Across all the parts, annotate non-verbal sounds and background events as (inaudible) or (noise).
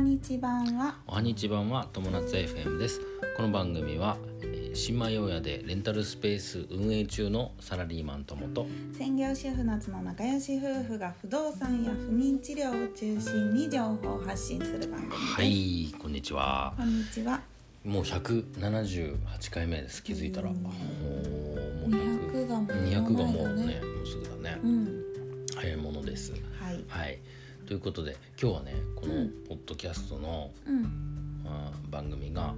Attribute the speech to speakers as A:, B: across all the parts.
A: 日版は
B: おはにちばんは友達 FM ですこの番組はえー新米大家でレンタルスペース運営中のサラリーマン友と
A: 専業主婦夏の仲良し夫婦が不動産や不妊治療を中心に情報を発信する番組です、
B: はいこんにちは
A: こんにちは
B: もう178回目です気づいたら、
A: うん
B: もうもう
A: 200がもう
B: 200がも
A: 間
B: う
A: だね
B: ねもうすぐだね、
A: うん
B: 早いものです
A: はい
B: はいということで今日はねこ
A: う
B: の
A: ん
B: ポッドキャストの、
A: うん
B: あー番組が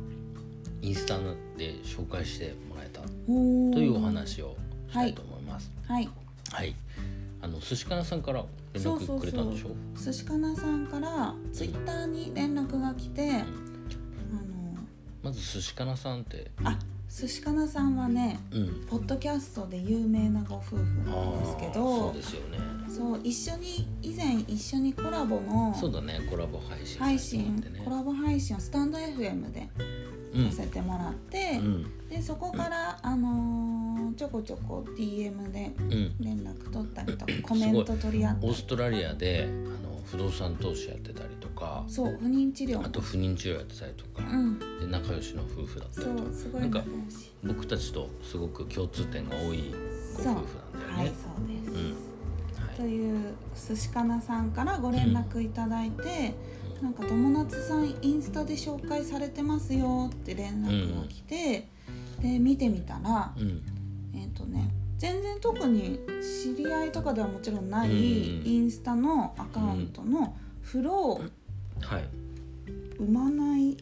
B: インスタで紹介してもらえた
A: おー
B: というお話をしたいと思います。
A: はい
B: はい。あの寿司かなさんから連
A: そうそうそ
B: 絡
A: う
B: くれたんでしょ。
A: 寿司かなさんからツイッターに連絡が来て、あ
B: まず寿司かなさんって、
A: のあ寿司かなさんはね
B: うん。
A: ポッドキャストで有名なご夫婦
B: あ
A: なんですけ
B: ーそ
A: ど
B: うですよね。
A: そう一緒に以前一緒にコラボの
B: そうだね、コラボ配信
A: 配
B: され
A: 信
B: ても
A: コ
B: らっ
A: ラボ配信をスタンド FM で
B: てね
A: させてもらって
B: う、ん、
A: でそこから、あのーちょこちょこ DM で
B: うん、うん。
A: 連絡取ったりとかコメント取り合った
B: オー
A: り
B: ストラリアであの不動産投資やってたりとか、
A: そう不妊治療
B: あと不妊治療やってたりとか、
A: うん
B: で仲良しの夫婦だった
A: そ
B: りとか
A: う、すごい
B: なんか
A: 仲良し
B: 僕たちとすごく共通点が多いご夫婦なんだよね。
A: はいそうです、
B: うん。はい
A: と。いう寿司かなさんからご連絡いただいて、
B: う
A: なんか友達さんインスタで紹介されてますよって連絡が来て、で見てみたら、
B: うん。
A: えっ、とね全然特に知り合いとかではもちろんない
B: うんうん
A: インスタのアカウントの「風呂を
B: はい。
A: 産まない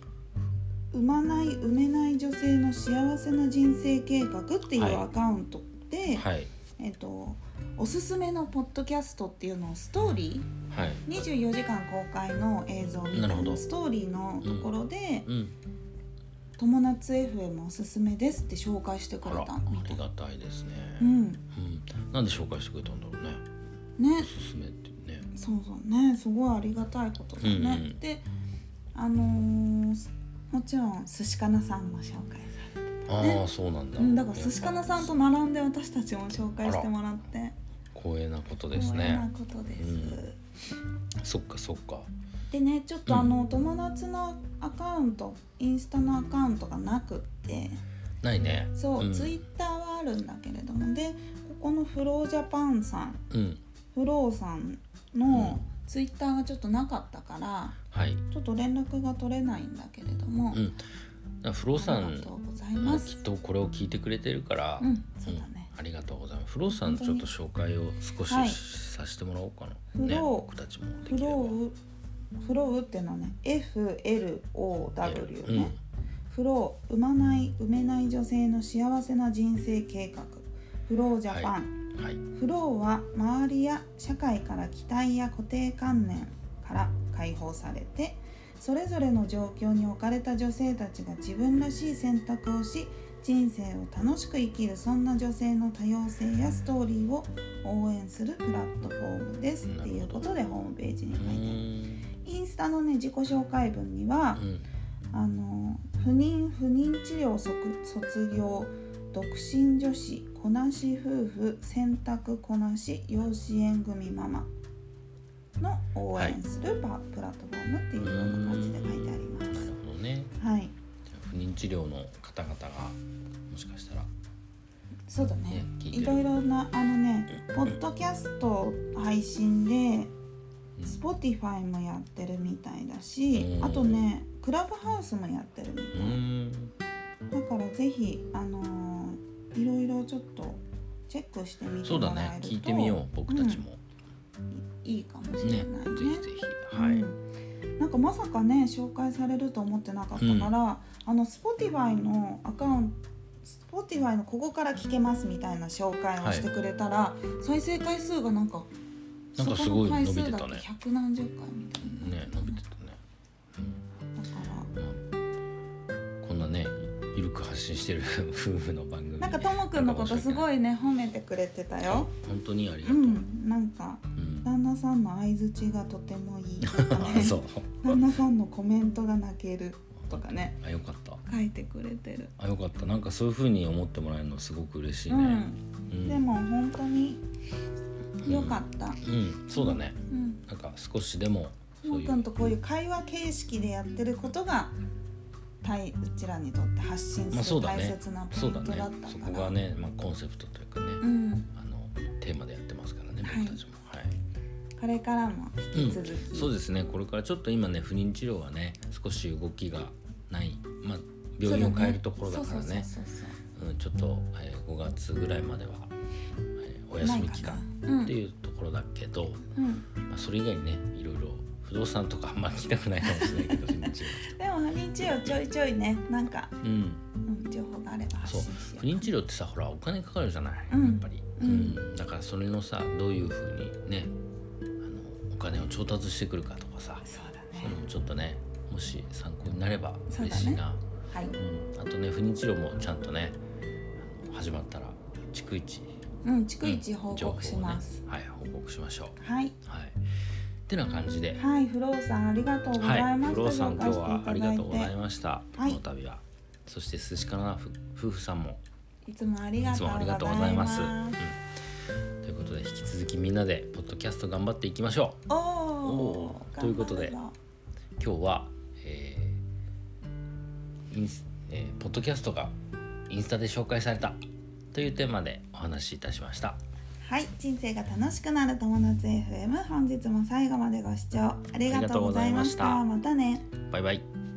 A: 産まない埋めない女性の幸せな人生計画」ってい
B: はいう
A: アカウントで、
B: はい。
A: えっ、とおすすめのポッドキャストっていうのをストーリー
B: はい。
A: 24時間公開の映像みた
B: なるほ
A: い
B: ど
A: なストーリーのところで
B: うん。
A: 「友達 FM おすすめです」って紹介してく
B: あ
A: れ
B: ら、
A: た
B: あ
A: みた
B: り
A: いな。
B: がたいですね。
A: うん、
B: うん。なんで紹介してくれたんだろうね。
A: ね
B: おすすめってね。
A: そうそうねすごいありがたいことだね、
B: うんうん
A: であのーすもちろん寿司かなさんも紹介されて
B: ああ、そうなんだ。
A: うんだから寿司かなさんと並んで私たちも紹介してもらって
B: 光栄なことです
A: 光栄な
B: ね。
A: ことです、
B: うんそっか、そっか。
A: でねちょっとあの、友達のアカウントインスタのアカウントがなくって
B: ないね。
A: そう、
B: うん
A: ツイッターはあるんだけれどもでここのフロージャパンさん
B: うん。
A: フローさんのツイッターがちょっとなかったから
B: はい。
A: ちょっと連絡が取れないんだけれども、
B: うん。だから不動
A: あり
B: 産
A: がと。うござい
B: ま
A: ま
B: あ、き
A: す
B: っ。とこれを聞いてくれてるから。
A: うん、そうだね。
B: ありがとうございます。不動産ちょっと紹介を少し
A: はい
B: させてもらおうかな。
A: 不動
B: ね、僕たちもで
A: フ
B: きれば。
A: ロー、フローっていうのはね、F L O W
B: うん
A: ね。フロー、産まない埋めない女性の幸せな人生計画。フロージャパン。
B: はい。
A: フローは周りや社会から期待や固定観念から解放されて、それぞれの状況に置かれた女性たちが自分らしい選択をし、人生を楽しく生きるそんな女性の多様性やストーリーを応援するプラットフォームですっていうことでホームページに
B: う
A: 書いてある。
B: ん。
A: インスタのね自己紹介文には
B: う、ん。
A: あの不妊不妊治療卒卒業独身女子子なし夫婦洗濯子なし養子縁組ママの応援するパ、プラットフォームっていうような感じで書いてあります
B: な。るほどね。
A: はい、
B: じゃあ不妊治療の方々がもしかしたら
A: そうだね
B: ね。聞いてる
A: いろいろなあのね、ポッドキャスト配信で
B: うん
A: Spotify もやってるみたいだし
B: う、ん
A: あとね、クラブハウスもやってるみたいうな。
B: ーん
A: だからぜひあのーいろいろちょっとチェックしてみて
B: そうだ
A: もらえ
B: ね
A: ると
B: 聞いてみよう僕たちも、
A: いいいかもしれ
B: ね
A: ないね
B: ぜひぜひはい、
A: うんなんかまさかね紹介されると思ってなかったから、
B: うん
A: あの Spotify のアカウント Spotify のここから聞けますみたいな紹介をしてくれたら、再生回数がなんか
B: なんかすごい伸びてたね
A: そこの回数だけ百何十回みたいな
B: ね伸びてたね、
A: だから
B: うんまあこんなねゆるく発信してる夫婦の番組
A: なんかともくんのことすごいね褒めてくれてたよ
B: 本当にありが
A: う
B: とう、うん
A: んなんか旦那さんの相槌がとても
B: (laughs)
A: いいとか
B: あ
A: ね
B: そう
A: 旦那さんのコメントが泣けるとかね
B: (laughs) あよかった
A: 書いてくれてる、
B: あよかったなんかそういう風に思ってもらえるのすごく嬉しいうね、
A: ん、
B: うん
A: でも本当に良かった、
B: うん、そうだね
A: うん
B: なんか少しでも
A: ともくんとこういう会話形式でやってることがたいうちらにとって発信
B: まあ
A: す
B: そう
A: る
B: だ
A: 大
B: ね
A: 切なポイ
B: そ
A: ン
B: うだ
A: ト
B: ね
A: だった
B: そ
A: か
B: こ
A: ら
B: がね、まあ、コンセプトというかね、
A: うん
B: あのテーマでやってますからね
A: はい
B: 僕たちも、はい
A: これからも引き続き、
B: そうですねこれからちょっと今ね不妊治療がね少し動きがない、まあ、病院を変えるところだか
A: そ
B: らね
A: うだそうそう
B: うん、ちょっと、えー5月ぐらいまでは、えーお
A: そうそう
B: 休み期間
A: ないかな
B: っていうところだけど、
A: うんうん
B: まあ、それ以外にねいろいろ不動産とかあんま聞きたくないかもしれないけど (laughs) 不妊治療
A: でも不妊治療ちょいちょいねなんか、
B: うん
A: うん、情報があれば発
B: そう
A: 信しよ
B: 不
A: う
B: 妊治療ってさほらお金かかるじゃない、
A: うん
B: やっぱり、
A: うん
B: だからそれのさどういうふうにねあのお金を調達してくるかとかさ
A: そうだ
B: そういうの
A: ね
B: もちょっとねもし参考になれば
A: そう
B: 嬉
A: だね
B: しいな
A: はい、
B: うん、あとね不妊治療もちゃんとねあの始まったら逐一
A: うん、逐一報告します、、
B: うん情報をねはい報告しましょう
A: はい
B: はいってな感じで、
A: はい、フローさんありがとうございま
B: 不
A: した。
B: 老さん今日
A: 紹介して
B: はありがとうござい
A: ただ
B: ました、
A: はい
B: この度はそして寿司かなふ夫婦さんも
A: いて。いつもありが
B: いつ
A: とう
B: もありがとうご
A: ご
B: ざ
A: ざ
B: い
A: い
B: ま。
A: ますす。
B: うんということで引き続きみんなでポッドキャスト頑張っていきましょう。
A: お
B: お
A: お
B: ー。ということで
A: 頑張るぞ
B: 今日は、えーインスえーポッドキャストがインスタで紹介されたというテーマでお話しいたしました。
A: はい、人生が楽しくなる友達 FM 本日も最後までご視聴ありがとうございました。
B: ありがとうござい
A: ま
B: まし
A: た
B: た
A: ね。
B: バイバイ。